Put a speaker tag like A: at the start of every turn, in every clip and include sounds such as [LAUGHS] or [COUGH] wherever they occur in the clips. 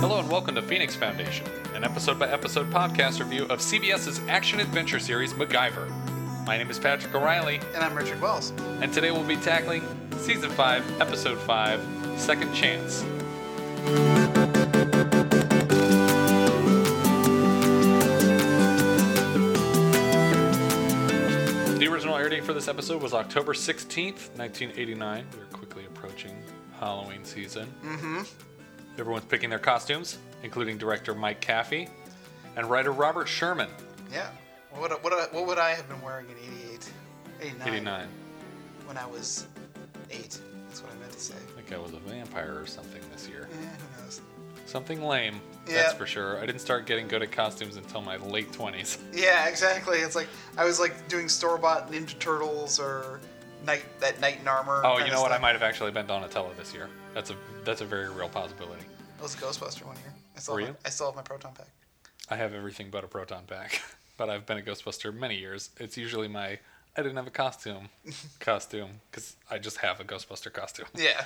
A: Hello and welcome to Phoenix Foundation, an episode by episode podcast review of CBS's action adventure series MacGyver. My name is Patrick O'Reilly,
B: And I'm Richard Wells.
A: and today we'll be tackling Season 5, Episode 5 Second Chance. The original air date for this episode was October 16th, 1989. We are quickly approaching Halloween season. Mm-hmm. Everyone's picking their costumes, including director Mike Caffey and writer Robert Sherman,
B: Yeah. What would, what, what would I have been wearing in 88, 89,
A: 89.
B: when I was eight? That's what I meant to say.
A: I think I was a vampire or something this year.
B: Eh, who knows?
A: Something lame,
B: Yeah.
A: that's for sure. I didn't start getting good at costumes until my late 20s.
B: Yeah, exactly. It's like I was like doing store bought Ninja Turtles or knight that knight in armor.
A: [LAUGHS] Oh,
B: kinda
A: you know what? I
B: stuff.
A: might have actually been Donatello this year. That's a that's a very real possibility.
B: I was a Ghostbuster one year. I still
A: Were
B: have
A: you?
B: My, I still have my proton pack.
A: I have everything but a proton pack, [LAUGHS] but I've been a Ghostbuster many years. It's usually my I didn't have a costume costume because I just have a Ghostbuster costume.
B: Yeah.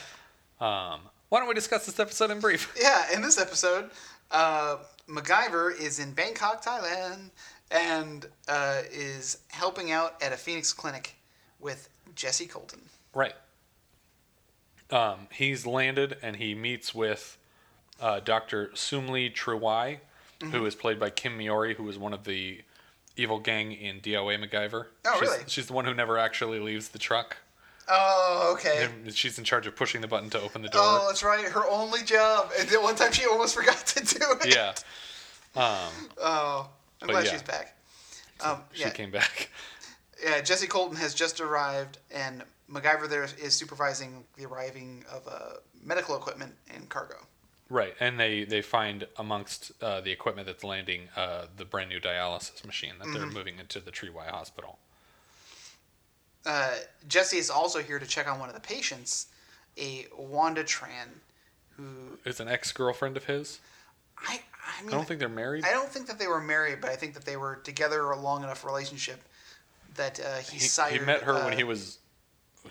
A: Um, why don't we discuss this episode in brief?
B: Yeah. In this episode, uh, MacGyver is in Bangkok, Thailand, and uh, is helping out at a Phoenix clinic with Jesse Colton.
A: Right. Um, he's landed and he meets with uh, Dr. Sumli Truwai,
B: Mm-hmm.
A: who is played by Kim Miori, who is one of the evil gang in DOA MacGyver.
B: Oh,
A: she's,
B: really?
A: She's the one who never actually leaves the truck.
B: Oh, okay.
A: And she's in charge of pushing the button to open the door.
B: Oh, that's right. Her only job. And then one time she almost [LAUGHS] forgot to do it.
A: yeah. Um,
B: Oh, I'm
A: But
B: glad
A: yeah.
B: she's back. Um,
A: she
B: yeah.
A: came back. [LAUGHS]
B: yeah, Jesse Colton has just arrived, and MacGyver there is supervising the arriving of uh, medical equipment and cargo.
A: Right, and they they find amongst uh, the equipment that's landing uh, the brand new dialysis machine that
B: Mm-hmm.
A: they're moving into the Treeway Hospital.
B: Uh, Jesse is also here to check on one of the patients, a Wanda Tran, who
A: It's an ex girlfriend of his.
B: I I
A: I
B: mean
A: don't think they're married.
B: I don't think that they were married, but I think that they were together a long enough relationship that uh, he,
A: he,
B: sired.
A: he met her when
B: uh,
A: he was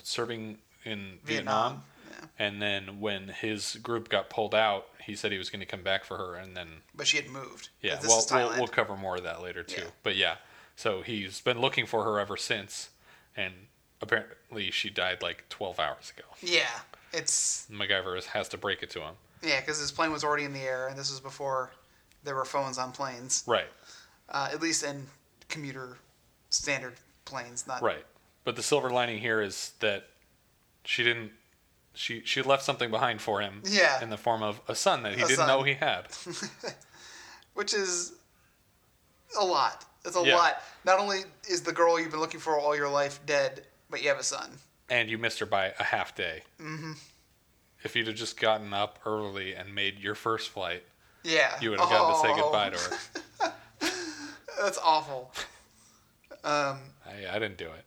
A: serving in Vietnam,
B: Vietnam,
A: and then when his group got pulled out, he said he was going to come back for her, and then
B: but she had moved.
A: yeah,
B: This
A: well,
B: is
A: we'll
B: Thailand.
A: we'll cover more of that later too.
B: Yeah.
A: But yeah, so he's been looking for her ever since, and apparently she died like 12 hours ago.
B: Yeah, it's
A: MacGyver has- has to break it to him.
B: yeah because his plane was already in the air, and this was before there were phones on planes,
A: Right,
B: uh, at least in commuter standard planes. Not
A: right. But the silver lining here is that she didn't. She she left something behind for him.
B: Yeah.
A: In the form of a son that he
B: A
A: didn't
B: son.
A: know he had.
B: which is a lot. It's a
A: Yeah.
B: lot. Not only is the girl you've been looking for all your life dead, but you have a son.
A: and you missed her by a half day. Mm-hmm. If you'd have just gotten up early and made your first flight,
B: Yeah,
A: you would have gotten to say
B: Oh,
A: goodbye to
B: [LAUGHS]
A: her.
B: That's awful.
A: I, I didn't do it.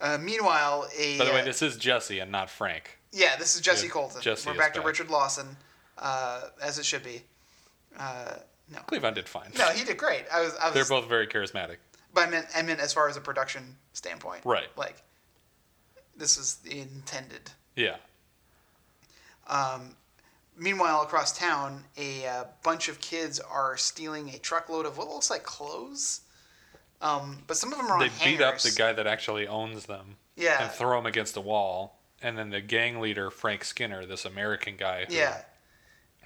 B: Uh, meanwhile, a
A: By the way,
B: uh,
A: this is Jesse and not Frank.
B: Yeah, this is Jesse
A: Yeah,
B: Colton.
A: Jesse
B: We're
A: is
B: back to
A: back.
B: Richard Lawson, uh, as it should be. Uh, no,
A: Cleveland did fine.
B: no, he did great. I was, I
A: [LAUGHS]
B: was,
A: They're both very charismatic.
B: but I meant, I meant as far as a production standpoint,
A: Right.
B: Like, this was the intended. Um,
A: Yeah.
B: Meanwhile, across town, a uh, bunch of kids are stealing a truckload of what looks like clothes. Um, but some of them are
A: They
B: on
A: beat up the
B: hangers.
A: guy that actually owns them
B: Yeah.
A: and throw him against a wall. And then the gang leader, Frank Skinner, this American guy who
B: Yeah,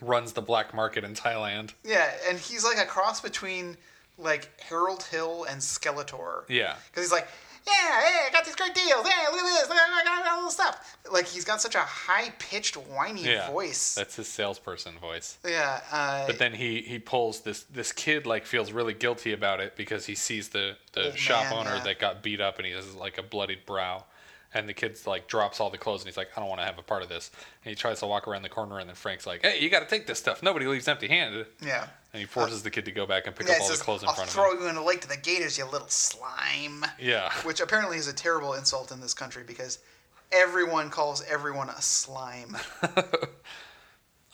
A: runs the black market in Thailand.
B: yeah, and he's like a cross between like Harold Hill and Skeletor.
A: Yeah.
B: Because he's like, yeah, hey, I got these great deals. Hey, look at this. Look, I got all this stuff. Like, he's got such a high pitched, whiny
A: Yeah.
B: voice.
A: That's his salesperson voice.
B: yeah. Uh,
A: But then he he pulls this this kid like feels really guilty about it because he sees the the
B: Old
A: shop
B: man,
A: owner
B: yeah.
A: that got beat up and he has like a bloodied brow, and the kid's like drops all the clothes and he's like I don't want to have a part of this, and he tries to walk around the corner and then Frank's like Hey you got to take this stuff nobody leaves empty handed,
B: yeah.
A: and he forces the kid to go back and pick
B: Uh, Yeah,
A: up
B: he
A: all
B: says,
A: the clothes in
B: I'll
A: front
B: throw
A: of him.
B: you in a lake to the gators, you little slime.
A: Yeah,
B: Which apparently is a terrible insult in this country because everyone calls everyone
A: [LAUGHS]
B: a slime.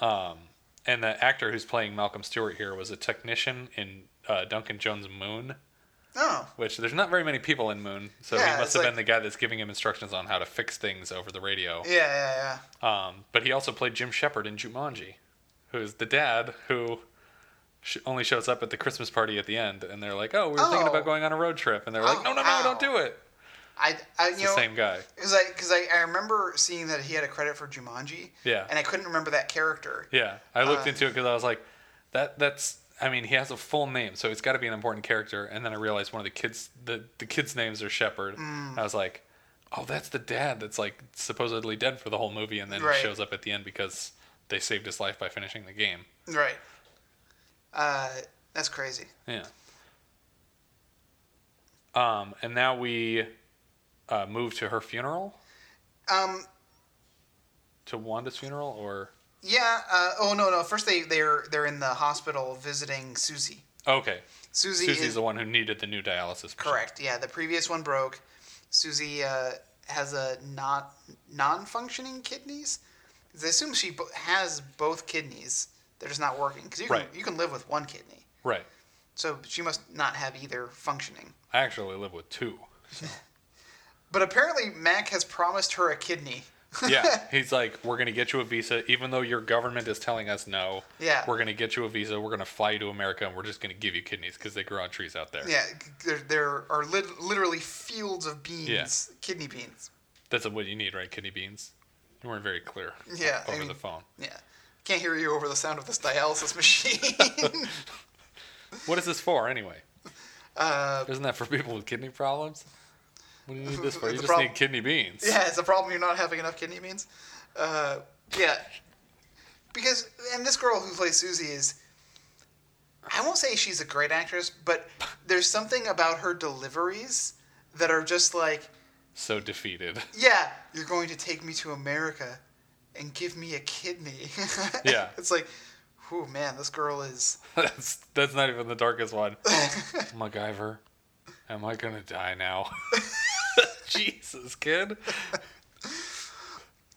A: and the actor who's playing Malcolm Stewart here was a technician in uh, Duncan Jones Moon.
B: oh,
A: Which there's not very many people in Moon, so
B: Yeah,
A: he must
B: it's
A: have
B: like-
A: been the guy that's giving him instructions on how to fix things over the radio.
B: yeah, yeah, yeah.
A: Um, but he also played Jim Shepard in Jumanji. who's the dad who sh- only shows up at the Christmas party at the end, and they're like, "Oh, we were thinking
B: Oh.
A: about going on a road trip," and they're like,
B: Oh,
A: "No, no, no,
B: wow.
A: don't do it."
B: I, I you
A: It's
B: know,
A: the same guy.
B: Because I, cause I, I remember seeing that he had a credit for Jumanji.
A: Yeah.
B: And I couldn't remember that character.
A: Yeah, I looked
B: Uh,
A: into it because I was like, that that's. I mean, he has a full name, so it's got to be an important character. And then I realized one of the kids, the the kids' names are Shepard.
B: Mm.
A: I was like, oh, that's the dad that's like supposedly dead for the whole movie, and then
B: Right.
A: shows up at the end because they saved his life by finishing the game.
B: Right. Uh, that's crazy.
A: Yeah. Um, and now we uh, move to her funeral,
B: Um,
A: to Wanda's funeral, or
B: yeah. Uh, oh no, no. First they they're they're in the hospital visiting Susie.
A: okay,
B: Susie
A: Susie's
B: is
A: the one who needed the new dialysis. machine.
B: correct. Yeah, the previous one broke. Susie uh, has a not non-functioning kidneys. They assume she bo- has both kidneys. They're just not working because you can,
A: Right.
B: you can live with one kidney.
A: Right.
B: So she must not have either functioning.
A: I actually live with
B: [LAUGHS]
A: two.
B: But apparently, Mac has promised her a kidney. [LAUGHS]
A: yeah, he's like, we're gonna get you a visa, even though your government is telling us no.
B: Yeah.
A: we're gonna get you a visa. We're gonna fly you to America, and we're just gonna give you kidneys because they grow on trees out there.
B: Yeah, there, there are lit- literally fields of beans, kidney beans.
A: that's what you need, right? Kidney beans. You weren't very clear.
B: Yeah, I
A: over
B: mean-
A: the phone.
B: Yeah. Can't hear you over the sound of this dialysis [LAUGHS] machine.
A: What is this for, anyway?
B: uh,
A: Isn't that for people with kidney problems? What do you need this
B: [LAUGHS]
A: for? You
B: It's a
A: just
B: problem.
A: need kidney beans.
B: yeah, it's a problem you're not having enough kidney beans. Uh, yeah. Because, and this girl who plays Susie is, I won't say she's a great actress, but there's something about her deliveries that are just like,
A: So defeated. [LAUGHS]
B: yeah, you're going to take me to America and give me a kidney. [LAUGHS]
A: Yeah.
B: It's like, whew, man, this girl is.
A: that's that's not even the darkest
B: [LAUGHS]
A: one. MacGyver, am I gonna die
B: [LAUGHS]
A: now? [LAUGHS] Jesus, kid.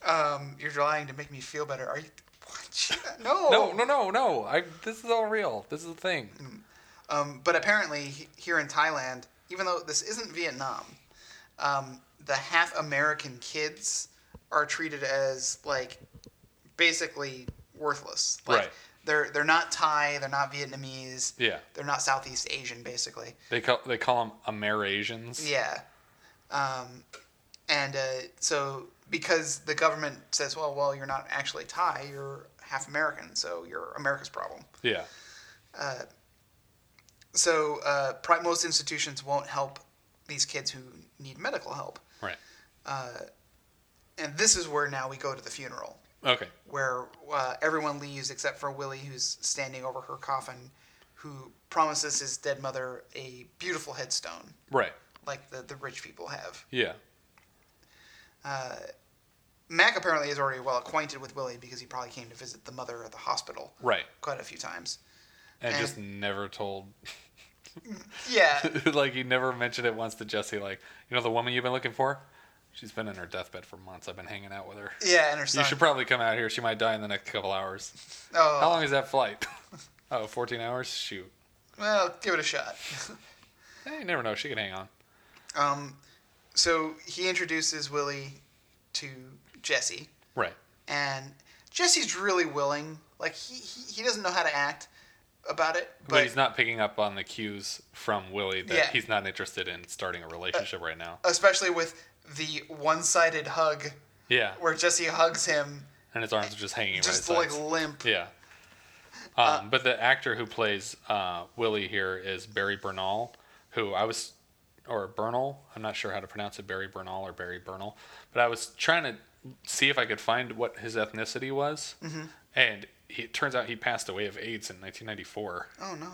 B: Um, you're lying to make me feel better. Are you? What? No.
A: No, no, no, no. I this is all real. This is the thing.
B: Um, but apparently he- here in Thailand, even though this isn't Vietnam, um, the half American kids are treated as like basically worthless. Like,
A: Right.
B: They're they're not Thai. They're not Vietnamese.
A: Yeah.
B: They're not Southeast Asian, basically.
A: They call they call them Amerasians.
B: Yeah. Um, and uh, so because the government says, well, well, you're not actually Thai, you're half American, so you're America's problem.
A: Yeah.
B: So uh, pri- most institutions won't help these kids who need medical help.
A: Right.
B: And this is where now we go to the funeral,
A: Okay.
B: where uh, everyone leaves except for Willie, who's standing over her coffin, who promises his dead mother a beautiful headstone,
A: Right.
B: like the, the rich people have.
A: Yeah.
B: Mac apparently is already well acquainted with Willie because he probably came to visit the mother at the hospital
A: Right.
B: quite a few times.
A: And
B: And-
A: just never told [LAUGHS]
B: Yeah,
A: like he never mentioned it once to Jesse like, you know the woman you've been looking for? She's been in her deathbed for months. I've been hanging out with her.
B: yeah, and her son.
A: You should probably come out here. She might die in the next couple hours.
B: oh,
A: How long is that flight? [LAUGHS] oh, 14 hours? Shoot.
B: well, give it a shot.
A: Hey, you never know. She could hang on.
B: Um, so he introduces Willie to Jesse,
A: Right.
B: and Jesse's really willing. Like he, he, he doesn't know how to act about it,
A: But,
B: but,
A: he's not picking up on the cues from Willie that
B: Yeah.
A: he's not interested in starting a relationship right now.
B: especially with the one-sided hug
A: Yeah.
B: where Jesse hugs him,
A: And his arms are just hanging right
B: just
A: his
B: like
A: sides.
B: limp.
A: Yeah. Um, but the actor who plays uh, Willie here is Barry Bernal, who I was, or Bernal, I'm not sure how to pronounce it, Barry Bernal or Barry Bernal, but I was trying to see if I could find what his ethnicity was. And he, it turns out he passed away of AIDS in 1994
B: Oh no.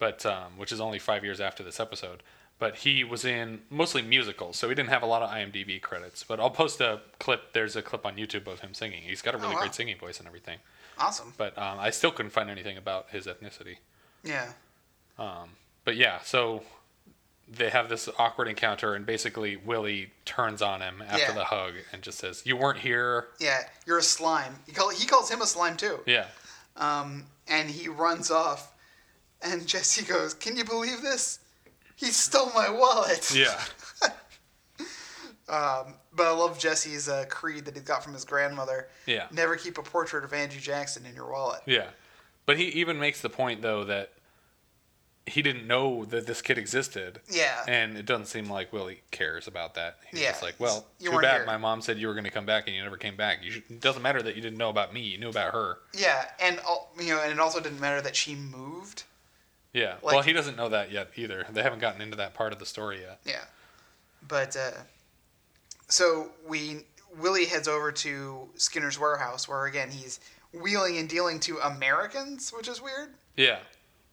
A: but um, which is only five years after this episode. But he was in mostly musicals, so he didn't have a lot of IMDb credits. But I'll post a clip. There's a clip on YouTube of him singing. He's got a really
B: wow.
A: great singing voice and everything.
B: Awesome.
A: But um, I still couldn't find anything about his ethnicity.
B: Yeah.
A: But yeah, so they have this awkward encounter, and basically Willie turns on him after
B: Yeah.
A: the hug and just says, "You weren't here."
B: Yeah, you're a slime. He, call, he calls him a slime too.
A: Yeah,
B: Um, and he runs off, and Jesse goes, "Can you believe this? He stole my wallet."
A: yeah,
B: But I love Jesse's uh, creed that he got from his grandmother.
A: Yeah.
B: Never keep a portrait of Andrew Jackson in your wallet.
A: yeah. But he even makes the point though that he didn't know that this kid existed.
B: Yeah.
A: And it doesn't seem like Willie cares about that. He's
B: Yeah.
A: just like, well,
B: You
A: too
B: weren't
A: bad
B: here.
A: my mom said you were going to come back and you never came back. You should, it doesn't matter that you didn't know about me. You knew about her.
B: Yeah, and al- you know, and it also didn't matter that she moved.
A: Yeah.
B: Like-
A: well, he doesn't know that yet either. They haven't gotten into that part of the story yet.
B: Yeah, but uh, so we Willie heads over to Skinner's warehouse, where again he's wheeling and dealing to Americans, which is weird,
A: Yeah.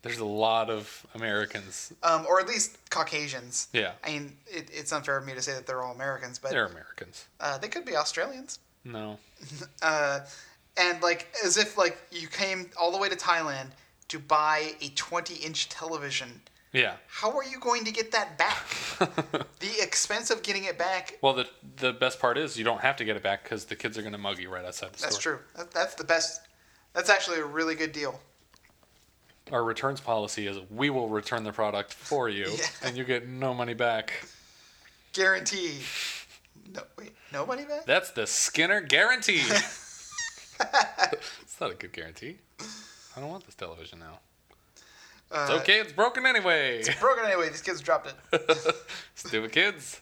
A: There's a lot of Americans.
B: um, or at least Caucasians.
A: Yeah.
B: I mean, it, it's unfair of me to say that they're all Americans, but
A: They're Americans.
B: uh, they could be Australians.
A: No.
B: Uh, and like as if like you came all the way to Thailand to buy a 20-inch television.
A: Yeah.
B: How are you going to get that back?
A: [LAUGHS]
B: the expense of getting it back
A: Well, the the best part is you don't have to get it back because the kids are going to mug you right outside the
B: That's
A: store.
B: true. That, that's the best. That's actually a really good deal.
A: true. Our returns policy is we will return the product for you,
B: Yeah.
A: and you get no money back.
B: Guarantee. No, wait, no money back?
A: That's the Skinner
B: [LAUGHS]
A: guarantee. it's not a good guarantee. I don't want this television now. It's
B: Uh,
A: okay, it's broken anyway.
B: Broken anyway. These kids dropped
A: [LAUGHS]
B: it.
A: Stupid
B: [LAUGHS]
A: kids.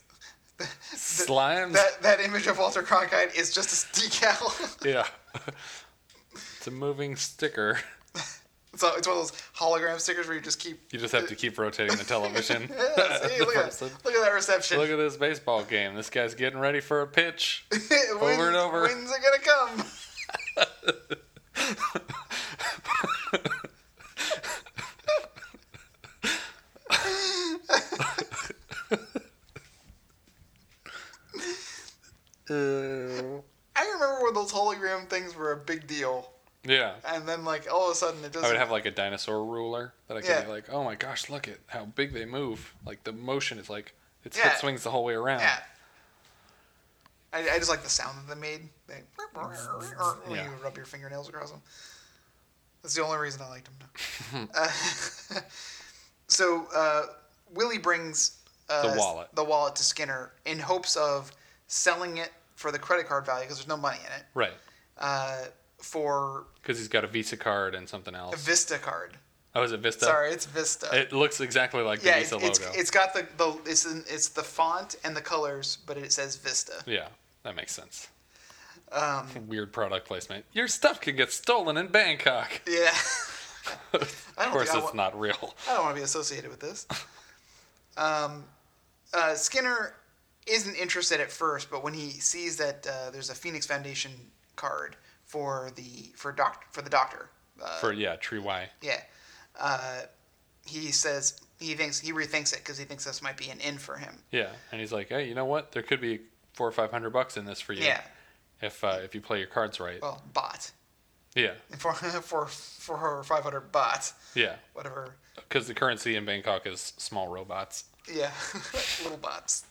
A: Slimes.
B: That that image of Walter Cronkite is just a decal. [LAUGHS]
A: Yeah. [LAUGHS] it's a moving sticker.
B: so it's one of those hologram stickers where you just keep.
A: You just have to keep rotating the
B: [LAUGHS]
A: television. [LAUGHS]
B: Yeah, see,
A: The
B: look, at,
A: person.
B: that- look at that reception. [LAUGHS]
A: Look at this baseball game. This guy's getting ready for a pitch.
B: When's-
A: and over.
B: When's it gonna come? I remember when those hologram things were a big deal,
A: yeah.
B: and then like all of a sudden it
A: I
B: doesn't.
A: would have like a dinosaur ruler that I could
B: Yeah.
A: be like, oh my gosh, look at how big they move. Like the motion is like, its
B: Yeah.
A: foot swings the whole way around.
B: yeah. I, I just like the sound that they made. They, when
A: Mm-hmm. Yeah.
B: you rub your fingernails across them. That's the only reason I liked them.
A: [LAUGHS]
B: Now. uh, [LAUGHS] so uh, Willie brings uh,
A: The wallet.
B: the wallet to Skinner in hopes of selling it for the credit card value because there's no money in it
A: Right.
B: uh, for
A: Because he's got a Visa card and something
B: a
A: else.
B: Vista card.
A: Oh, is it Vista?
B: Sorry, it's Vista.
A: It looks exactly like
B: yeah,
A: the
B: it's,
A: Visa
B: it's,
A: logo.
B: it's got the, the it's in, it's the font and the colors, but it says Vista.
A: yeah, that makes sense.
B: Um,
A: [LAUGHS] Weird product placement. Your stuff can get stolen in Bangkok.
B: yeah. I
A: [LAUGHS] Of
B: don't
A: course,
B: think I
A: it's
B: wa-
A: not real.
B: I don't want to be associated with this. Um, uh, Skinner isn't interested at first, but when he sees that uh, there's a Phoenix Foundation card for the for doc for the doctor, uh,
A: For yeah, Tree Y.
B: yeah, uh, he says he thinks he rethinks it because he thinks this might be an in for him.
A: Yeah, and he's like, hey, you know what? There could be four or five hundred bucks in this for you.
B: Yeah.
A: If uh, if you play your cards right.
B: Well, bot [LAUGHS]
A: Yeah,
B: for for for her 500 bot,
A: yeah.
B: whatever.
A: Because the currency in Bangkok is small robots.
B: Yeah, [LAUGHS] little bots.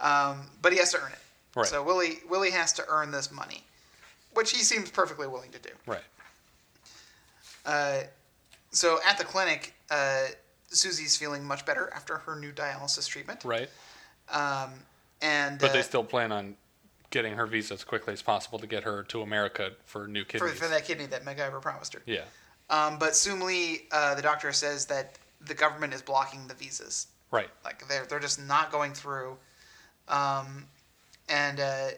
B: Um, but he has to earn it.
A: Right.
B: So Willie Willie has to earn this money, which he seems perfectly willing to do.
A: Right.
B: Uh, so at the clinic, uh, Susie's feeling much better after her new dialysis treatment.
A: Right.
B: Um, and
A: But
B: uh,
A: they still plan on getting her visa as quickly as possible to get her to America for new
B: for,
A: kidneys.
B: for that kidney that MacGyver promised her.
A: yeah.
B: Um, but Sum Lee, uh, the doctor says that the government is blocking the visas.
A: Right.
B: Like they're they're just not going through. Um, and uh,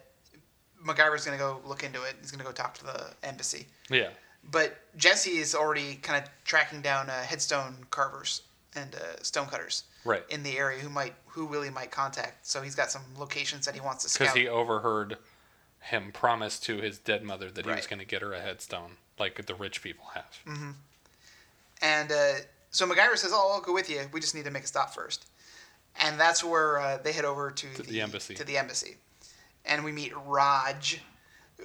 B: MacGyver's gonna go look into it. He's gonna go talk to the embassy.
A: Yeah.
B: But Jesse is already kind of tracking down uh, headstone carvers and uh, stonecutters
A: Right.
B: in the area who might who Willie might contact. So he's got some locations that he wants to
A: Because
B: scout.
A: he overheard him promise to his dead mother that he was
B: Right. Mm.
A: going to get her a headstone, like the rich people have.
B: And uh, so MacGyver says, "Oh, I'll go with you. We just need to make a stop first. And that's where uh, they head over to,
A: the embassy.
B: To the embassy, and we meet Raj,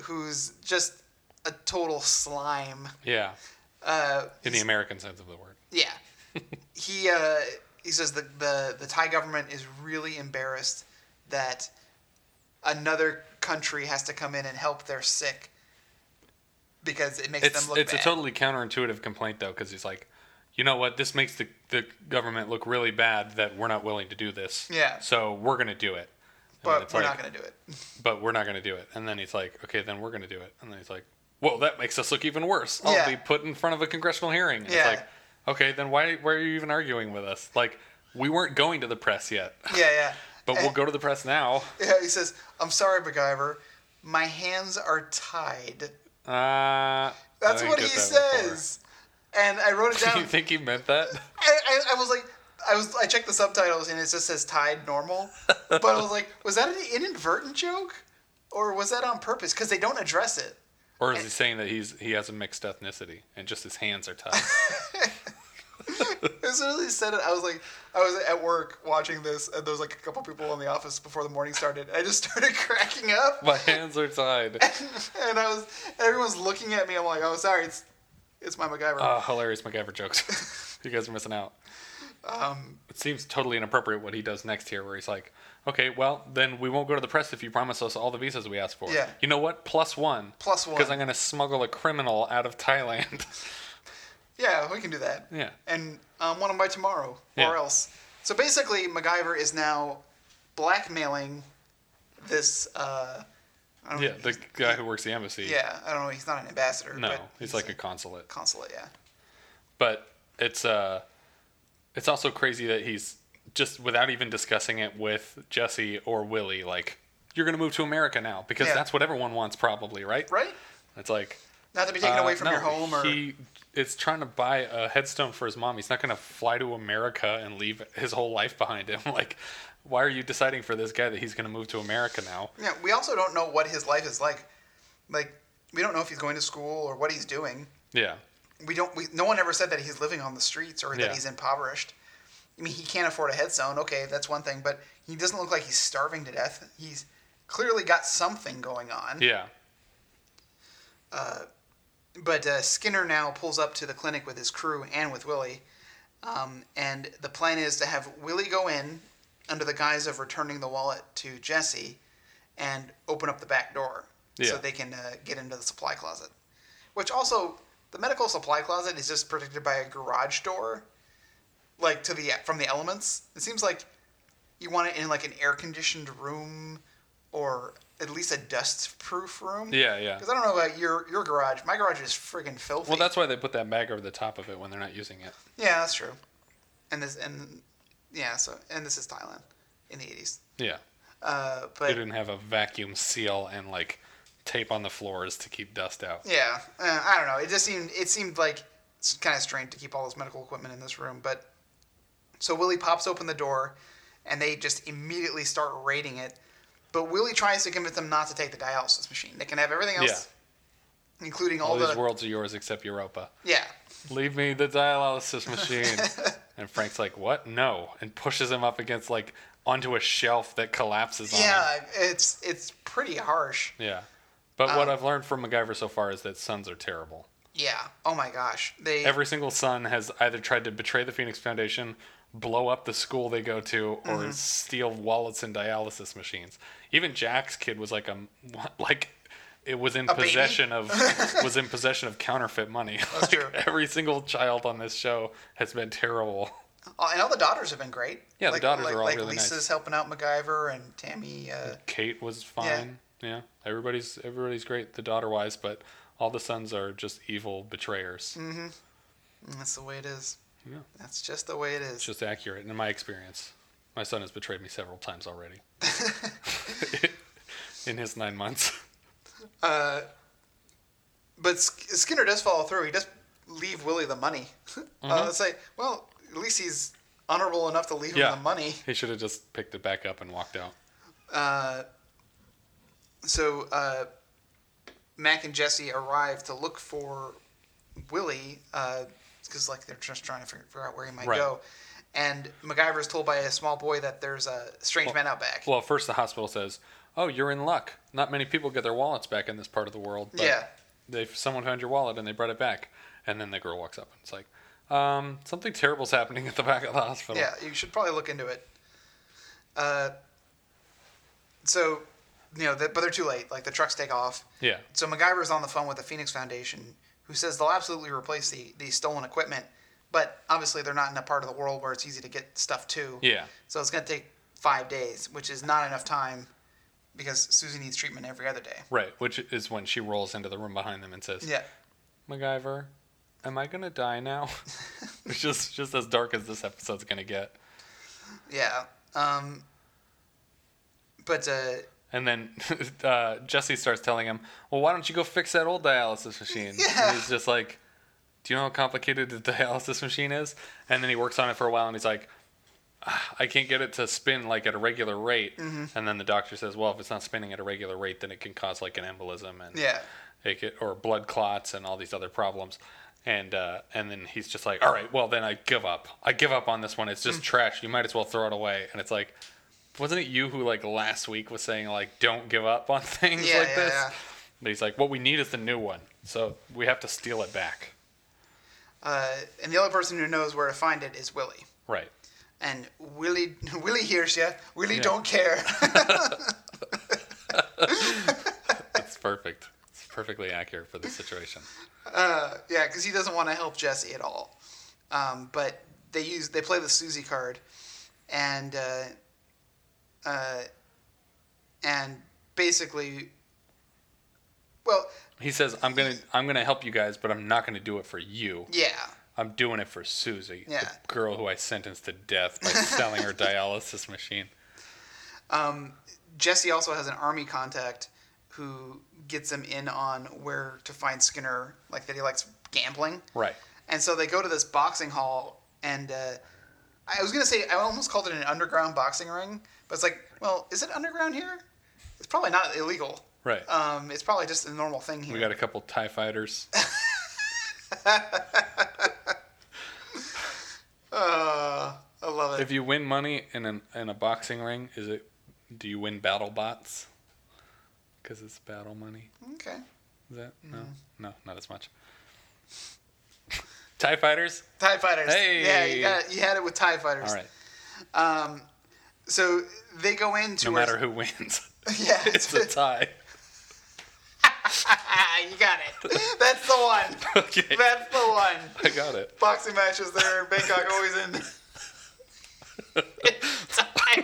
B: who's just a total slime.
A: Yeah.
B: Uh,
A: In the American sense of the word. [LAUGHS]
B: Yeah. he uh, he says the, the the Thai government is really embarrassed that another country has to come in and help their sick because it makes
A: It's
B: them look
A: it's
B: bad.
A: a totally counterintuitive complaint though, because he's like, you know what? This makes the the government look really bad that we're not willing to do this.
B: Yeah.
A: So we're going to do it. And
B: but
A: it's
B: we're
A: like,
B: not going to do it. [LAUGHS]
A: But we're not going to do it. And then he's like, okay, then we're going to do it. And then he's like, Well, that makes us look even worse. I'll
B: Yeah.
A: be put in front of a congressional hearing. And
B: Yeah.
A: It's like, okay, then why, why are you even arguing with us? Like, we weren't going to the press yet,
B: Yeah, yeah.
A: but
B: Eh.
A: we'll go to the press now.
B: [LAUGHS] Yeah, he says, "I'm sorry, MacGyver. My hands are tied."
A: Uh, I
B: That's
A: didn't
B: what he
A: get that before.
B: says. And I wrote
A: [LAUGHS]
B: it
A: Do [LAUGHS]
B: down.
A: you think he meant that?
B: I, I, I was like, I was I checked the subtitles and it just says tied normal, but I was like, was that an inadvertent joke, or was that on purpose? Because they don't address it.
A: Or
B: Eh.
A: is he saying that he's he has a mixed ethnicity and just his hands are tied? [LAUGHS]
B: As soon as he said it, I was like, I was at work watching this, and there was like a couple people in the office before the morning started. I just [LAUGHS] started cracking up,
A: My hands are tied.
B: [LAUGHS] and I was everyone's looking at me. I'm like, oh, sorry, it's it's my MacGyver.
A: Uh, hilarious MacGyver jokes. [LAUGHS] you guys are missing out.
B: um,
A: It seems totally inappropriate what he does next here, where he's like, okay, well, then we won't go to the press if you promise us all the visas we asked for.
B: Yeah.
A: You know what? Plus one.
B: Plus one.
A: Because I'm going to smuggle a criminal out of Thailand. [LAUGHS]
B: yeah, we can do that. [LAUGHS]
A: yeah.
B: and um, one of them by tomorrow,
A: Yeah.
B: or else. So basically, MacGyver is now blackmailing this. Uh, I don't
A: Yeah,
B: know,
A: the guy who works the embassy.
B: yeah, I don't know. He's not an ambassador.
A: No,
B: but
A: he's like a consulate.
B: consulate. Yeah,
A: But it's uh it's also crazy that he's just without even discussing it with Jesse or Willie, like, you're gonna move to America now because
B: Yeah.
A: that's what everyone wants probably, right?
B: right.
A: It's like
B: Not to be taken
A: Uh,
B: away from
A: no,
B: your home, or
A: he is trying to buy a headstone for his mom. He's not going to fly to America and leave his whole life behind him. [LAUGHS] Like, why are you deciding for this guy that he's going to move to America now?
B: yeah. We also don't know what his life is like. Like we don't know if he's going to school or what he's doing.
A: Yeah,
B: We don't. We, no one ever said that he's living on the streets or that
A: Yeah.
B: he's impoverished. I mean, he can't afford a headstone. Okay, that's one thing, but he doesn't look like he's starving to death. He's clearly got something going on.
A: yeah,
B: But uh, Skinner now pulls up to the clinic with his crew and with Willie, um, and the plan is to have Willie go in under the guise of returning the wallet to Jesse, and open up the back door
A: Yeah.
B: so they can uh, get into the supply closet. Which also, the medical supply closet is just protected by a garage door, like to the from the elements. It seems like you want it in like an air conditioned room, or at least a dust proof room.
A: yeah,
B: [LAUGHS]
A: yeah.
B: Because I don't know about your your garage. My garage is friggin' filthy.
A: Well, that's why they put that bag over the top of it when they're not using it.
B: yeah, that's true. And this and yeah, so and this is Thailand in the eighties.
A: Yeah,
B: Uh,
A: they
B: but
A: didn't have a vacuum seal and like tape on the floors to keep dust out.
B: yeah, uh, I don't know. It just seemed it seemed like it's kind of strange to keep all this medical equipment in this room. But so Willie pops open the door, and they just immediately start raiding it. But Willie tries to convince them not to take the dialysis machine. They can have everything else, including all,
A: All
B: the
A: these worlds are yours except Europa.
B: yeah.
A: Leave me the dialysis
B: [LAUGHS]
A: machine. and Frank's like, "What? No!" and pushes him up against like onto a shelf that collapses on him.
B: Yeah, it's it's pretty harsh.
A: Yeah. But
B: Um,
A: what I've learned from MacGyver so far is that sons are terrible.
B: Yeah. Oh my gosh. They
A: Every single son has either tried to betray the Phoenix Foundation, blow up the school they go to, or
B: Mm-hmm.
A: steal wallets and dialysis machines. Even Jack's kid was like a [LAUGHS] like it was in
B: A baby?
A: possession
B: [LAUGHS]
A: of was in possession of counterfeit money. Like,
B: true.
A: Every single child on this show has been terrible.
B: Oh, and all the daughters have been great.
A: Yeah, the
B: like,
A: daughters
B: like,
A: are all
B: like
A: really
B: Lisa's
A: nice.
B: helping out MacGyver and Tammy. Uh,
A: Kate was fine. Yeah. Everybody's everybody's great the daughter wise, but all the sons are just evil betrayers.
B: mm, that's the way it is.
A: Yeah.
B: That's just the way it is.
A: It's just accurate in my experience. My son has betrayed me several times already.
B: [LAUGHS]
A: [LAUGHS] in his nine months.
B: Uh, but Sk- Skinner does follow through. He does leave Willie the money. [LAUGHS] Uh,
A: Mm-hmm.
B: let's say, well, at least he's honorable enough to leave
A: Yeah.
B: him the money.
A: He should have just picked it back up and walked out.
B: Uh, so uh, Mac and Jesse arrive to look for Willie because like they're just trying to figure, figure out where he might
A: Right.
B: go. And MacGyver is told by a small boy that there's a strange man out back.
A: Well, first the hospital says, "Oh, you're in luck. Not many people get their wallets back in this part of the world." But
B: Yeah.
A: They someone found your wallet and they brought it back, and then the girl walks up and it's like, um, "Something terrible's happening at the back of the hospital."
B: yeah, you should probably look into it. Uh, so, you know, that but they're too late. Like the trucks take off.
A: Yeah.
B: So MacGyver's on the phone with the Phoenix Foundation, who says they'll absolutely replace the, the stolen equipment, but obviously they're not in a part of the world where it's easy to get stuff to.
A: Yeah.
B: So it's going to take five days, which is not enough time because Susie needs treatment every other day.
A: Right, which is when she rolls into the room behind them and says,
B: Yeah.
A: MacGyver, am I gonna die
B: [LAUGHS]
A: now? [LAUGHS] it's just just as dark as this episode's gonna get.
B: Yeah. Um, but uh,
A: And then [LAUGHS] uh, Jesse starts telling him, "Well, why don't you go fix that old dialysis machine?"
B: Yeah.
A: And he's just like, "Do you know how complicated the [LAUGHS] dialysis machine is?" And then he works on it for a while, and he's like, "Ah, "I can't get it to spin like at a regular rate." And then the doctor says, "Well, if it's not spinning at a regular rate, then it can cause like an embolism and
B: yeah,
A: it could, or blood clots and all these other problems." And uh, and then he's just like, "All right, well then I give up. I give up on this one. It's
B: Hmm.
A: just trash. You might as well throw it away." And it's like, wasn't it you who like last week was saying like don't give up on [LAUGHS] things
B: Yeah,
A: like
B: yeah,
A: this?
B: yeah.
A: But he's like, what we need is the new one, so we have to steal it back.
B: uh, and the only person who knows where to find it is Willie.
A: Right.
B: And Willie, [LAUGHS] Willie hears you. Willie
A: Yeah.
B: don't care. [LAUGHS]
A: It's perfect. It's perfectly accurate for this situation.
B: Uh, yeah, because he doesn't want to help Jesse at all. Um, but they use they play the Susie card, and uh, uh, and basically, well,
A: He says, "I'm gonna I'm gonna help you guys, but I'm not gonna do it for you.
B: yeah,
A: I'm doing it for Susie,
B: Yeah.
A: the girl who I sentenced to death by selling
B: [LAUGHS]
A: her dialysis machine."
B: Jesse also has an army contact who gets him in on where to find Skinner, like that he likes gambling.
A: Right.
B: And so they go to this boxing hall, and uh, I was gonna say I almost called it an underground boxing ring, but it's like, well, is it underground here? It's probably not illegal.
A: Right.
B: Um, it's probably just a normal thing here.
A: we got a couple Tie fighters.
B: uh, I love it.
A: if you win money in an in a boxing ring, is it? Do you win battle bots? Because it's battle money.
B: Okay.
A: Is that no,
B: Mm-hmm.
A: no, not as much. [LAUGHS] Tie fighters.
B: Tie fighters.
A: Hey!
B: Yeah, you, got it. you had it with Tie fighters.
A: All right.
B: Um, so they go into
A: No
B: where-
A: matter who wins, [LAUGHS]
B: [LAUGHS] Yeah,
A: it's
B: [LAUGHS]
A: a tie.
B: you got
A: [LAUGHS]
B: it. That's the one.
A: Okay,
B: That's the one.
A: I got it.
B: boxing matches there in Bangkok always end. It's time.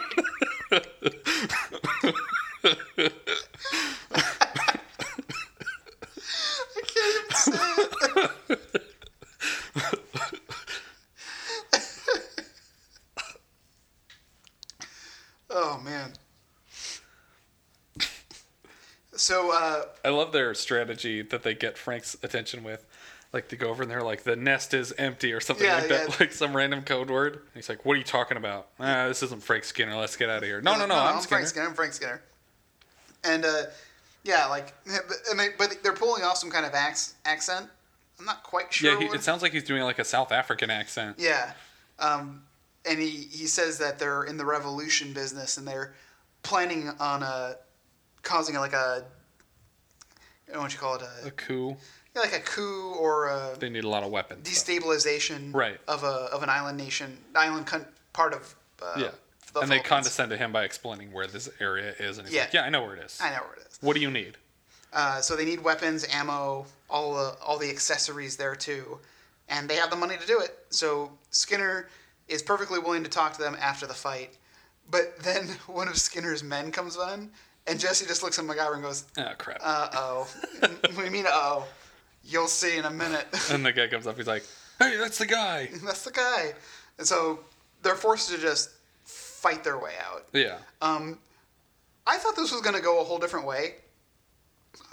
B: I can't even say it. [LAUGHS] oh man. So uh,
A: I love their strategy that they get Frank's attention with. Like they go over and they're like, "The nest is empty" or something
B: Yeah,
A: like that,
B: yeah.
A: like some random code word. And he's like, "What are you talking about? Ah, this isn't Frank Skinner. Let's get out of here." Oh, No, no, no, I'm, Skinner.
B: Frank Skinner. I'm Frank Skinner. And uh, yeah, like, and they, but they're pulling off some kind of ax, accent. I'm not quite sure.
A: Yeah, he,
B: what-
A: it sounds like he's doing like a South African accent.
B: yeah. Um, and he, he says that they're in the revolution business and they're planning on uh, causing like a I don't know what you call it
A: A
B: a,
A: coup.
B: yeah, like a coup or a
A: They need a lot of weapons. though.
B: destabilization
A: Right.
B: of a of an island nation island con- part of uh,
A: yeah.
B: the
A: and they
B: Philippines.
A: condescend to him by explaining where this area is, and he's
B: Yeah.
A: like, "Yeah, I know where it is.
B: I know where it is.
A: What do you need?"
B: Uh, so they need weapons, ammo, all the all the accessories there too, and they have the money to do it. So Skinner is perfectly willing to talk to them after the fight, but [LAUGHS] then one of Skinner's men comes on, and Jesse just looks at MacGyver and goes,
A: Oh crap!
B: "Uh oh, [LAUGHS] we mean uh oh, you'll see in a minute." [LAUGHS]
A: and the guy comes up. He's like, "Hey, that's the guy."
B: That's the guy, and so they're forced to just fight their way out.
A: Yeah.
B: Um, I thought this was gonna go a whole different way.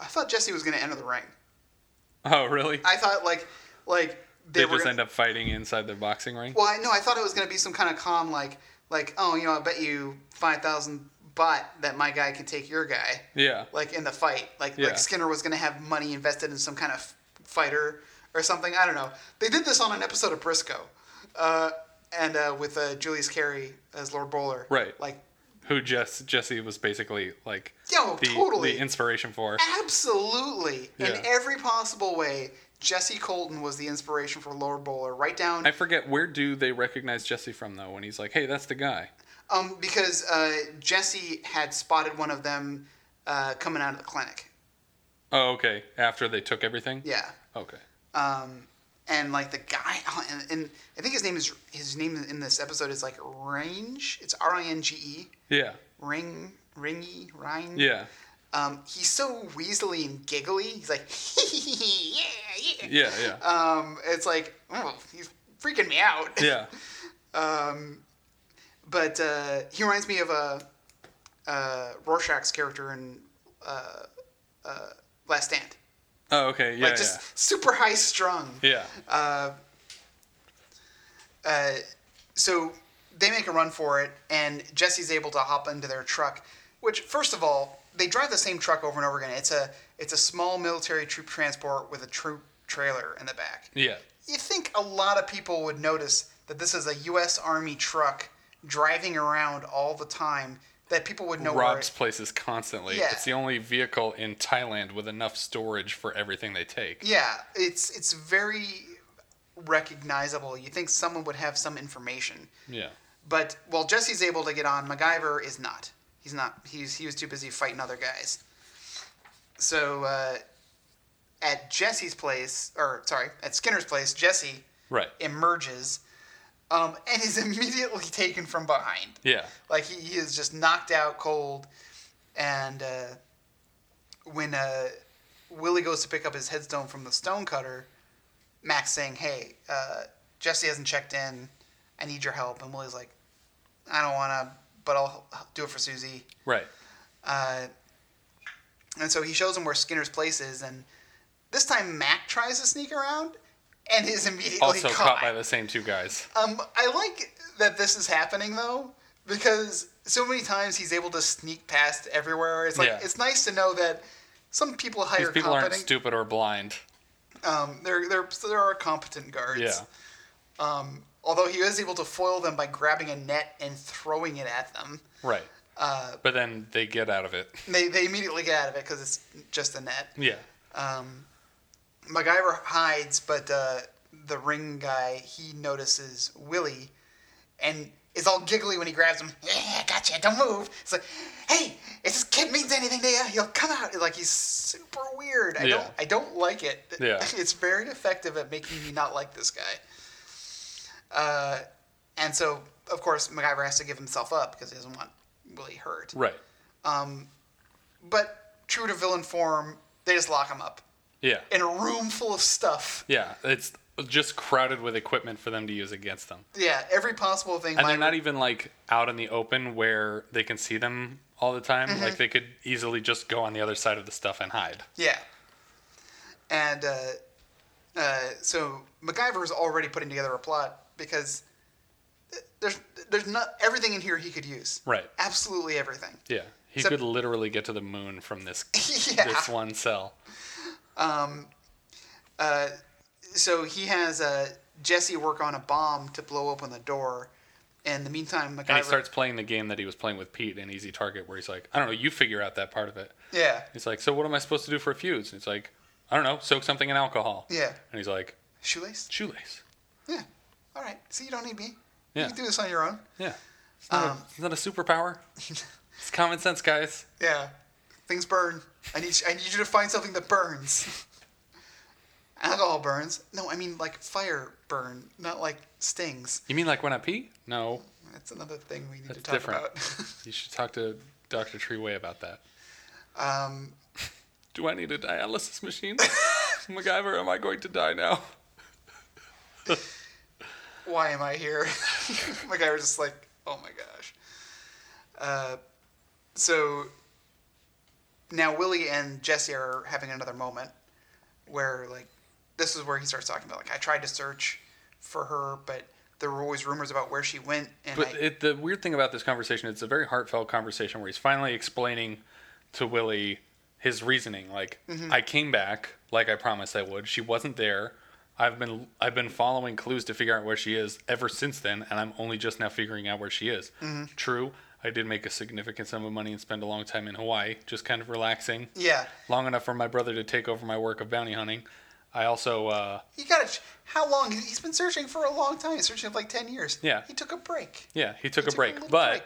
B: I thought Jesse was gonna enter the ring.
A: oh really?
B: I thought like like
A: they
B: they, were
A: just
B: gonna-
A: end up fighting inside the boxing ring.
B: Well, I no, I thought it was gonna be some kind of con like like oh you know I bet you five thousand baht that my guy can take your guy
A: yeah.
B: like in the fight like
A: Yeah.
B: like Skinner was gonna have money invested in some kind of fighter or something I don't know they did this on an episode of Briscoe uh, and uh, with uh, Julius Carey as Lord Bowler
A: Right.
B: like
A: Who Jess Jesse was basically like
B: yo
A: the,
B: totally
A: the inspiration for.
B: absolutely
A: Yeah.
B: in every possible way Jesse Colton was the inspiration for Lord Bowler right down
A: I forget where do they recognize Jesse from though when he's like, "Hey, that's the guy."
B: Um, because uh, Jesse had spotted one of them uh, coming out of the clinic.
A: Oh, okay. After they took everything.
B: Yeah.
A: Okay.
B: Um, and like the guy, [LAUGHS] oh, and, and I think his name is his name in this episode is like Range. It's R I N G E.
A: Yeah.
B: Ring Ringy, Ryan.
A: Yeah.
B: Um, he's so weaselly and giggly. He's like, [LAUGHS] yeah, yeah.
A: Yeah. Yeah.
B: [LAUGHS] Um, it's like, oh, he's freaking me out.
A: yeah.
B: Um, [LAUGHS] but uh, he reminds me of a, uh Rorschach's character in uh, uh, Last Stand.
A: Oh, okay. Yeah.
B: like just super high strung.
A: yeah. Yeah.
B: Uh, uh, so they make a run for it, and Jesse's able to hop into their truck. Which, first of all, they drive the same truck over and over again. It's a it's a small military troop transport with a troop trailer in the back.
A: Yeah.
B: You think a lot of people would notice that this is a U.S. Army truck driving around all the time. That people would know where
A: Robs
B: it,
A: places constantly.
B: Yeah.
A: It's the only vehicle in Thailand with enough storage for everything they take.
B: Yeah, it's it's very recognizable. You think someone would have some information.
A: Yeah.
B: But while Jesse's able to get on, MacGyver is not. He's not. He's he was too busy fighting other guys. So uh, at Jesse's place, or sorry, at Skinner's place, Jesse
A: Right.
B: emerges um, and is [LAUGHS] immediately taken from behind.
A: Yeah.
B: Like he, he is just knocked out cold, and uh, when uh, Willie goes to pick up his headstone from the stonecutter, Max saying, "Hey, uh, Jesse hasn't checked in. I need your help." And Willie's like, "I don't want to, but I'll do it for Susie."
A: Right.
B: Uh, and so he shows him where Skinner's place is, and this time Mac tries to sneak around, and is immediately
A: Also
B: Oh, caught.
A: caught by the same two guys.
B: Um, I like that this is happening though, because so many times he's able to sneak past everywhere. It's like
A: Yeah.
B: it's nice to know that some people hire
A: These people aren't
B: competent.
A: stupid or blind.
B: um, there, there, there are competent guards.
A: Yeah.
B: Um, although he is able to foil them by grabbing a net and throwing it at them.
A: Right.
B: Uh,
A: But then they get out of it. [LAUGHS]
B: they, they immediately get out of it because it's just a net.
A: Yeah.
B: Um, MacGyver hides, but uh, the ring guy he notices Willie, and is all giggly when he grabs him. Yeah, gotcha. Don't move. It's like, hey, if this kid means anything to you, he'll come out. Like he's super weird. I
A: Yeah.
B: don't, I don't like it.
A: Yeah.
B: [LAUGHS] it's very effective at making me not like this guy. Uh, and so of course MacGyver has to give himself up because he doesn't want Willie hurt.
A: Right.
B: Um, but true to villain form, they just lock him up
A: Yeah.
B: in a room full of stuff.
A: Yeah. It's just crowded with equipment for them to use against them.
B: Yeah, every possible thing.
A: And
B: my-
A: they're not even like out in the open where they can see them all the time.
B: Mm-hmm.
A: Like they could easily just go on the other side of the stuff and hide.
B: yeah. And uh, uh, so MacGyver is already putting together a plot because there's there's not everything in here he could use.
A: Right.
B: Absolutely everything.
A: Yeah. He
B: So-
A: could literally get to the moon from this
B: [LAUGHS] Yeah.
A: this one cell.
B: Uh, so he has uh, Jesse work on a bomb to blow open the door. In the meantime, MacGyver.
A: And he starts playing the game that he was playing with Pete in Easy Target where he's like, I don't know, you figure out that part of it.
B: yeah.
A: He's like, So what am I supposed to do for a fuse? And he's like, I don't know, soak something in alcohol.
B: Yeah.
A: And he's like,
B: Shoelace.
A: Shoelace.
B: Yeah. All right. So you don't need me.
A: Yeah.
B: You can do this on your own.
A: Yeah. It's not,
B: Um,
A: a, it's not a [LAUGHS] superpower. it's common sense, guys.
B: Yeah, things burn. I need I need you to find something that burns. Alcohol burns. No, I mean like fire burn, not like stings.
A: You mean like when I pee? No.
B: That's another thing we need to
A: That's
B: talk
A: different.
B: about.
A: You should talk to Dr. Treeway about that.
B: [LAUGHS] um,
A: Do I need a dialysis [LAUGHS] machine? MacGyver, am I going to die now?
B: why am I here? [LAUGHS] my guy was just like, oh my gosh. Uh, so now Willie and Jesse are having another moment where like this is where he starts talking about like I tried to search for her, but there were always rumors about where she went, and
A: But
B: I,
A: it, the weird thing about this conversation, it's a very heartfelt conversation where he's finally explaining to Willie his reasoning. Like, I came back like I promised I would. She wasn't there. I've been I've been following clues to figure out where she is ever since then, and I'm only just now figuring out where she is. True, I did make a significant sum of money and spend a long time in Hawaii, just kind of relaxing,
B: yeah,
A: long enough for my brother to take over my work of bounty hunting. I also uh,
B: You gotta. ch- How long? He's been searching for a long time. He's searching for like ten years.
A: Yeah.
B: He took a break.
A: yeah, he took a
B: Took
A: break,
B: little
A: but.
B: break.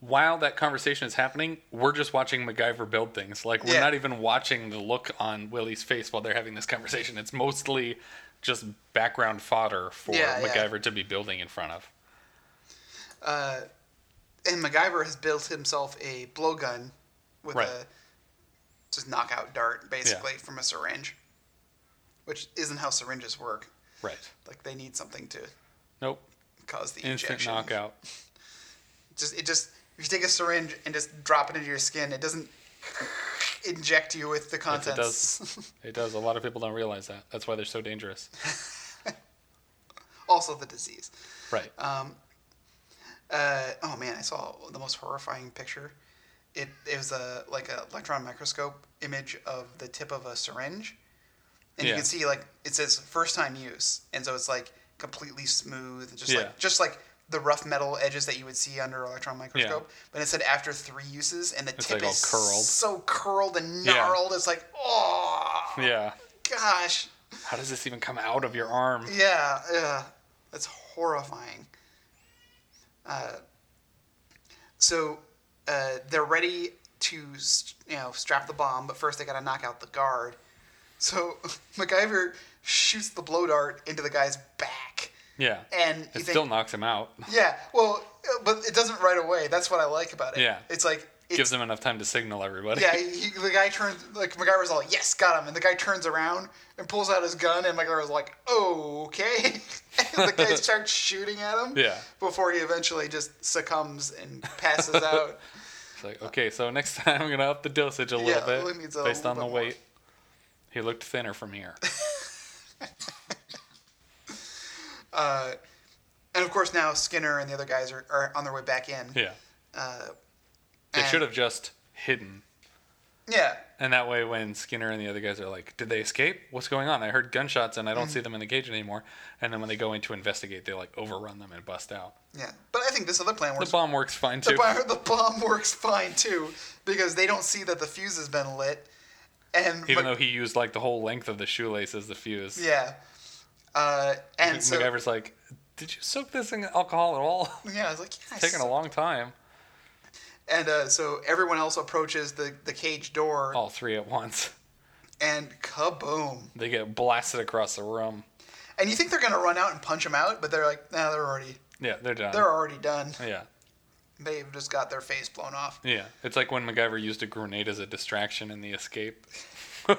A: while that conversation is happening, we're just watching MacGyver build things. Like we're
B: Yeah.
A: not even watching the look on Willie's face while they're having this conversation. It's mostly just background fodder for
B: Yeah, yeah.
A: MacGyver to be building in front of.
B: Uh, and MacGyver has built himself a blowgun with
A: Right.
B: a just knockout dart, basically from a syringe, which isn't how syringes work.
A: Right.
B: Like they need something to
A: Nope.
B: cause the
A: Instant
B: injection.
A: knockout.
B: Just it just if you take a syringe and just drop it into your skin, it doesn't inject you with the
A: Yes, it
B: contents. [LAUGHS]
A: does. It does. A lot of people don't realize that. That's why they're so dangerous.
B: also the disease.
A: Right.
B: [LAUGHS] Um, uh, oh man, I saw the most horrifying picture. It, it was a like a electron microscope image of the tip of a syringe, and you
A: Yeah.
B: can see like it says first time use, and so it's like completely smooth, and just
A: Yeah.
B: like just like the rough metal edges that you would see under electron microscope. But it said after three uses, and the tip
A: like, all
B: is
A: curled.
B: so curled and
A: Yeah.
B: gnarled. It's like oh
A: yeah.
B: gosh,
A: How does this even come out of your arm?
B: yeah, yeah, that's horrifying. Uh, so uh, they're ready to s- you know strap the bomb, but first they got to knock out the guard. So [LAUGHS] MacGyver shoots the blow dart into the guy's back,
A: Yeah.
B: and
A: It
B: you
A: still
B: think,
A: knocks him out.
B: yeah, well, uh, but it doesn't right away. That's what I like about it.
A: Yeah.
B: it's like it's
A: Gives him enough time to signal everybody.
B: yeah, he, the guy turns like MacGyver's all yes, got him, and the guy turns around and pulls out his gun, and MacGyver's like okay, [LAUGHS] and the guy starts shooting at him.
A: Yeah.
B: Before he eventually just succumbs and
A: [LAUGHS]
B: passes out.
A: It's like, okay, so next [LAUGHS] time I'm gonna up the dosage a little
B: Yeah,
A: bit
B: it needs a
A: based
B: little
A: on the
B: bit more.
A: weight. He looked thinner from
B: [LAUGHS]
A: here.
B: Uh, And of course now Skinner and the other guys are, are on their way back in.
A: Yeah.
B: Uh,
A: They
B: and-
A: should have just hidden.
B: Yeah.
A: And that way when Skinner and the other guys are like, Did they escape? What's going on? I heard gunshots and I
B: Mm.
A: don't see them in the cage anymore and then when they go in to investigate they like overrun them and bust out.
B: Yeah. But I think this other plan
A: The
B: works.
A: bomb works fine
B: The
A: too.
B: bomb, [LAUGHS] the bomb works fine too because they don't see that the fuse has been lit, and
A: Even
B: Mac-
A: though he used like the whole length of the shoelace as the fuse.
B: yeah, uh, and so
A: MacGyver's like, Did you soak this in alcohol at all? [LAUGHS]
B: yeah, I was like, yeah, I
A: Taking a long time.
B: And uh, so everyone else approaches the, the cage door,
A: All three at once.
B: and kaboom!
A: They get blasted across the room.
B: And you think they're gonna run out and punch him out, but they're like, nah, they're already
A: Yeah, they're done.
B: they're already done.
A: yeah.
B: They've just got their face blown off. [LAUGHS]
A: Yeah, it's like when MacGyver used a grenade as a distraction in the escape. [LAUGHS]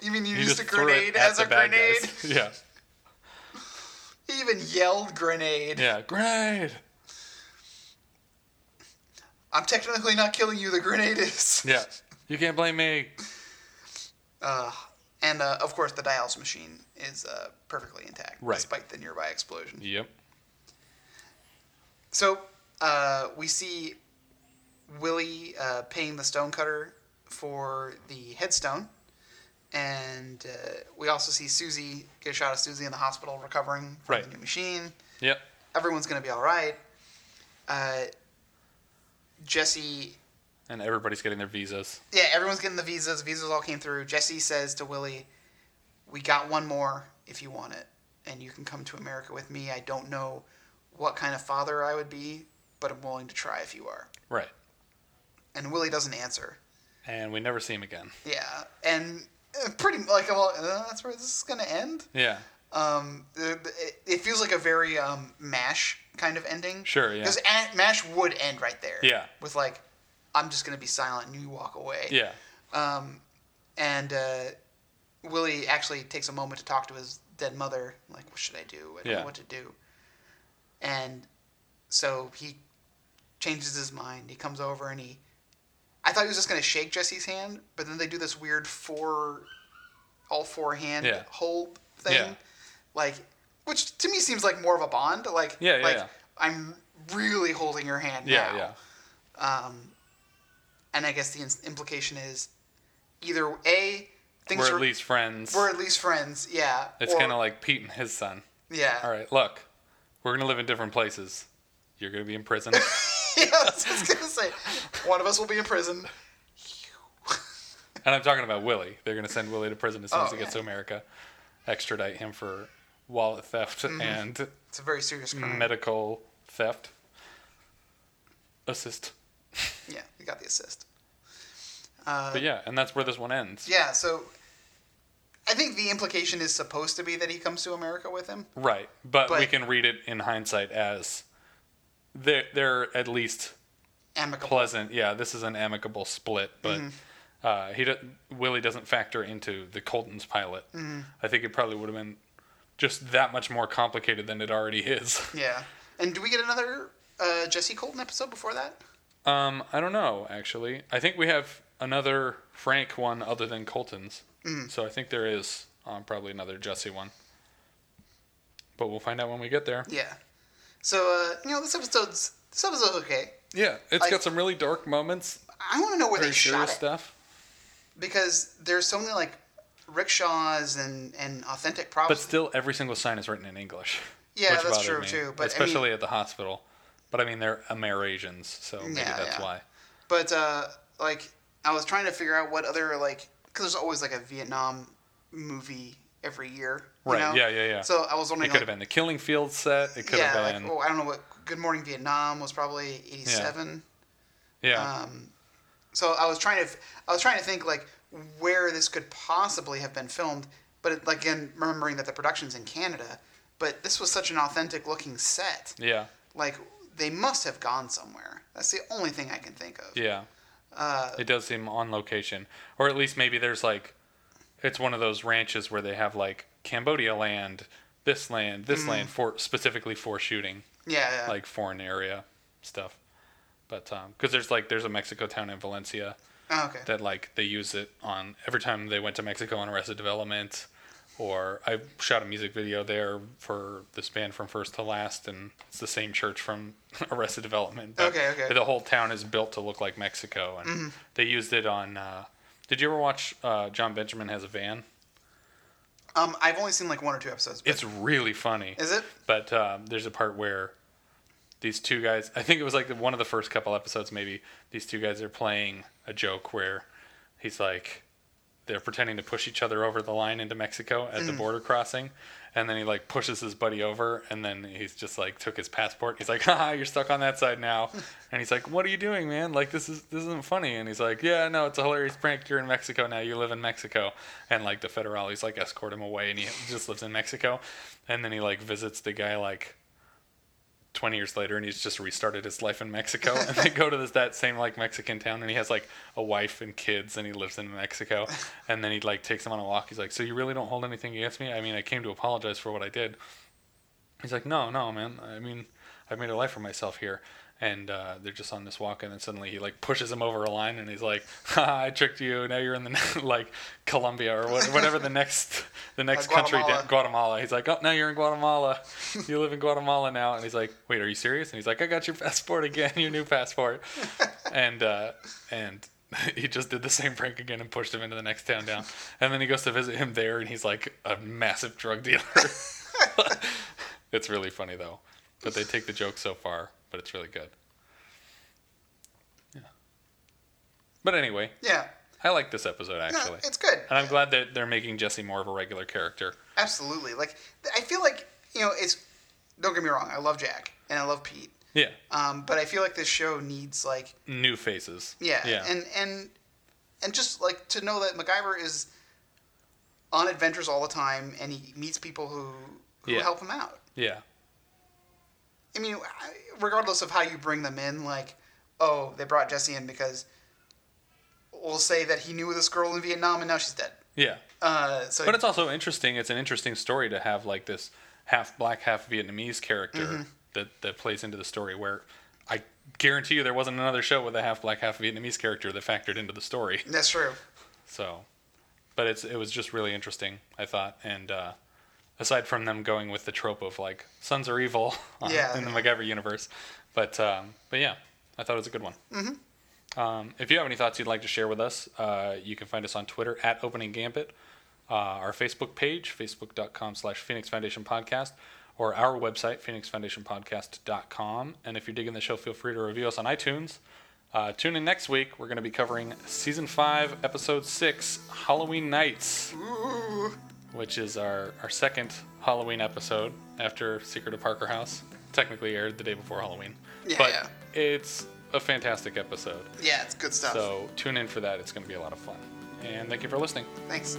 B: You mean you
A: He
B: used
A: just
B: a
A: threw it
B: grenade
A: at
B: as
A: the
B: a
A: bad
B: grenade? [LAUGHS]
A: guys. [LAUGHS] Yeah,
B: He even yelled grenade.
A: yeah, grenade.
B: I'm technically not killing you. The grenade is.
A: Yeah, you can't blame me.
B: Uh, and uh, of course, the dials machine is uh, perfectly intact,
A: Right.
B: despite the nearby explosion.
A: Yep.
B: So uh, we see Willie uh, paying the stonecutter for the headstone, and uh, we also see Susie get a shot of Susie in the hospital recovering from
A: Right.
B: the new machine.
A: Yep.
B: Everyone's gonna be all right. Uh, Jesse,
A: And everybody's getting their visas.
B: yeah, everyone's getting the visas. Visas all came through. Jesse says to Willie, "We got one more if you want it, and you can come to America with me. I don't know what kind of father I would be, but I'm willing to try if you are."
A: Right.
B: and Willie doesn't answer.
A: And we never see him again.
B: Yeah, and uh, pretty like well, uh, that's where this is gonna end.
A: Yeah.
B: Um, it, it- it feels like a very um Mash kind of ending.
A: Sure, yeah.
B: Because Mash would end right there.
A: Yeah.
B: With like, I'm just gonna be silent and you walk away.
A: Yeah.
B: Um, and uh, Willie actually takes a moment to talk to his dead mother. Like, what should I do? I don't
A: Yeah.
B: know what to do. And so he changes his mind. He comes over and he. I thought he was just going to shake Jesse's hand, but then they do this weird four, all four hand
A: Yeah.
B: hold thing.
A: Yeah.
B: Like, which to me seems like more of a bond. Like,
A: Yeah, yeah,
B: like
A: yeah.
B: I'm really holding your hand
A: Yeah.
B: now.
A: Yeah.
B: Um, and I guess the ins- implication is either A, things
A: We're
B: are,
A: at least friends.
B: we're at least friends, yeah.
A: it's
B: or-
A: kind of like Pete and his son.
B: Yeah.
A: All right, look, we're gonna live in different places. You're gonna be in prison.
B: [LAUGHS] [LAUGHS] yeah, I was just going to say, one of us will be in prison.
A: And I'm talking about Willie. They're going to send Willie to prison as soon as
B: Oh,
A: he gets
B: yeah.
A: to America, extradite him for wallet theft
B: Mm-hmm.
A: and
B: It's a very serious
A: Mm.
B: crime.
A: medical theft. Assist.
B: yeah, we got the assist. Uh,
A: But yeah, and that's where this one ends.
B: yeah, so I think the implication is supposed to be that he comes to America with him.
A: Right. But, we
B: But-
A: can read it in hindsight as they're, they're at least
B: Amicable.
A: pleasant. Yeah, this is an amicable split, but
B: Mm-hmm.
A: uh, he do- Willie doesn't factor into the Colton's pilot.
B: Mm-hmm.
A: I think it probably would have been just that much more complicated than it already is.
B: Yeah. And do we get another uh, Jesse Colton episode before that?
A: Um, I don't know actually. I think we have another Frank one other than Colton's,
B: Mm.
A: so I think there is um, probably another Jesse one. But we'll find out when we get there.
B: Yeah. So uh, you know this episode's this episode's okay.
A: Yeah, it's
B: I-
A: got some really dark moments,
B: I want to know where
A: very
B: they shot
A: serious
B: it
A: stuff.
B: because there's so many like rickshaws and and authentic
A: But
B: props.
A: still, every single sign is written in English.
B: [LAUGHS] Yeah,
A: which
B: that's
A: bothered
B: true,
A: me,
B: too, but I mean-
A: especially at the hospital. But I mean, they're Amerasians, so maybe
B: Yeah,
A: that's
B: yeah.
A: why.
B: But, uh, like I was trying to figure out what other like because there's always like a Vietnam movie every year. you
A: Right,
B: know?
A: yeah, yeah, yeah.
B: So I was
A: It
B: wondering.
A: could
B: like,
A: have been the Killing Field set. It could
B: yeah,
A: have been.
B: like oh, I don't know what Good Morning Vietnam was probably '87.
A: yeah,
B: Um, so I was trying to, I was trying to think like where this could possibly have been filmed, but it, like, again, remembering that the production's in Canada, but this was such an authentic looking set.
A: yeah,
B: Like they must have gone somewhere. That's the only thing I can think of.
A: yeah. it does seem on location, or at least maybe there's like, it's one of those ranches where they have like Cambodia land, this land, this land for specifically for shooting.
B: Yeah, yeah.
A: like foreign area stuff. But um 'cause because there's like there's a Mexico town in Valencia
B: Oh, okay.
A: that like they use it on every time they went to Mexico on Arrested Development, or I shot a music video there for this band from First to Last, and it's the same church from [LAUGHS] Arrested Development. but
B: Okay, okay. Mm-hmm.
A: The whole town is built to look like Mexico, and they used it on. Uh, did you ever watch uh, John Benjamin has a van?
B: um, I've only seen like one or two episodes. But
A: It's really funny.
B: is it?
A: But um, there's a part where these two guys, I think it was like the, one of the first couple episodes, maybe, these two guys are playing a joke where he's like, they're pretending to push each other over the line into Mexico at the border crossing. And then he like pushes his buddy over, and then he's just like took his passport. He's like, [LAUGHS] "Haha, you're stuck on that side now." And he's like, "What are you doing, man? Like this is this isn't funny." And he's like, "Yeah, no, it's a hilarious prank. You're in Mexico now. You live in Mexico." And like the federales like escort him away, and he just lives in Mexico. And then he like visits the guy like 20 years later and he's just restarted his life in Mexico and they go to this, that same like Mexican town and he has like a wife and kids and he lives in Mexico and then he like takes him on a walk he's like so you really don't hold anything against me I mean I came to apologize for what I did he's like no no man I mean I've made a life for myself here and uh, they're just on this walk and then suddenly he like pushes him over a line and he's like Haha, I tricked you now you're in the [LAUGHS] like Colombia or what, whatever the next the next country
B: Guatemala.
A: down, Guatemala. He's like, oh, now you're in Guatemala. You live in Guatemala now. And he's like, wait, are you serious? And he's like, I got your passport again, your new passport. and uh, and [LAUGHS] he just did the same prank again and pushed him into the next town down. And then he goes to visit him there, and he's like a massive drug dealer. [LAUGHS] it's really funny though, but they take the joke so far, but it's really good. Yeah. But anyway,
B: Yeah.
A: I like this episode
B: No,
A: actually. Uh,
B: it's good.
A: and I'm glad that they're making Jesse more of a regular character.
B: Absolutely. Like I feel like you know it's. Don't get me wrong. I love Jack and I love Pete.
A: Yeah.
B: Um, but I feel like this show needs like
A: New faces.
B: Yeah,
A: Yeah.
B: and and and just like to know that MacGyver is on adventures all the time, and he meets people who who
A: Yeah.
B: help him out.
A: yeah.
B: I mean, I- regardless of how you bring them in, like, oh, they brought Jesse in because we'll say that he knew this girl in Vietnam and now she's dead.
A: Yeah.
B: Uh, so
A: But it's also interesting. It's an interesting story to have like this half black, half Vietnamese character
B: Mm-hmm.
A: that, that plays into the story where I guarantee you there wasn't another show with a half black, half Vietnamese character that factored into the story.
B: that's true.
A: So, but it's it was just really interesting, I thought. And uh, aside from them going with the trope of like sons are evil [LAUGHS] on-
B: Yeah,
A: in the
B: yeah.
A: MacGyver universe, but um, but yeah, I thought it was a good one. Um, if you have any thoughts you'd like to share with us, uh, you can find us on Twitter at Opening Gambit, uh, our Facebook page, facebook.com slash Phoenix Foundation Podcast, or our website, phoenixfoundationpodcast.com. And if you're digging the show, feel free to review us on iTunes. Uh, tune in next week. We're going to be covering Season 5, Episode 6, Halloween Nights, which is our, our second Halloween episode after Secret of Parker House. Technically aired the day before Halloween.
B: Yeah,
A: but
B: yeah.
A: it's a fantastic episode.
B: Yeah, it's good stuff.
A: So tune in for that. It's going to be a lot of fun. And thank you for listening.
B: Thanks.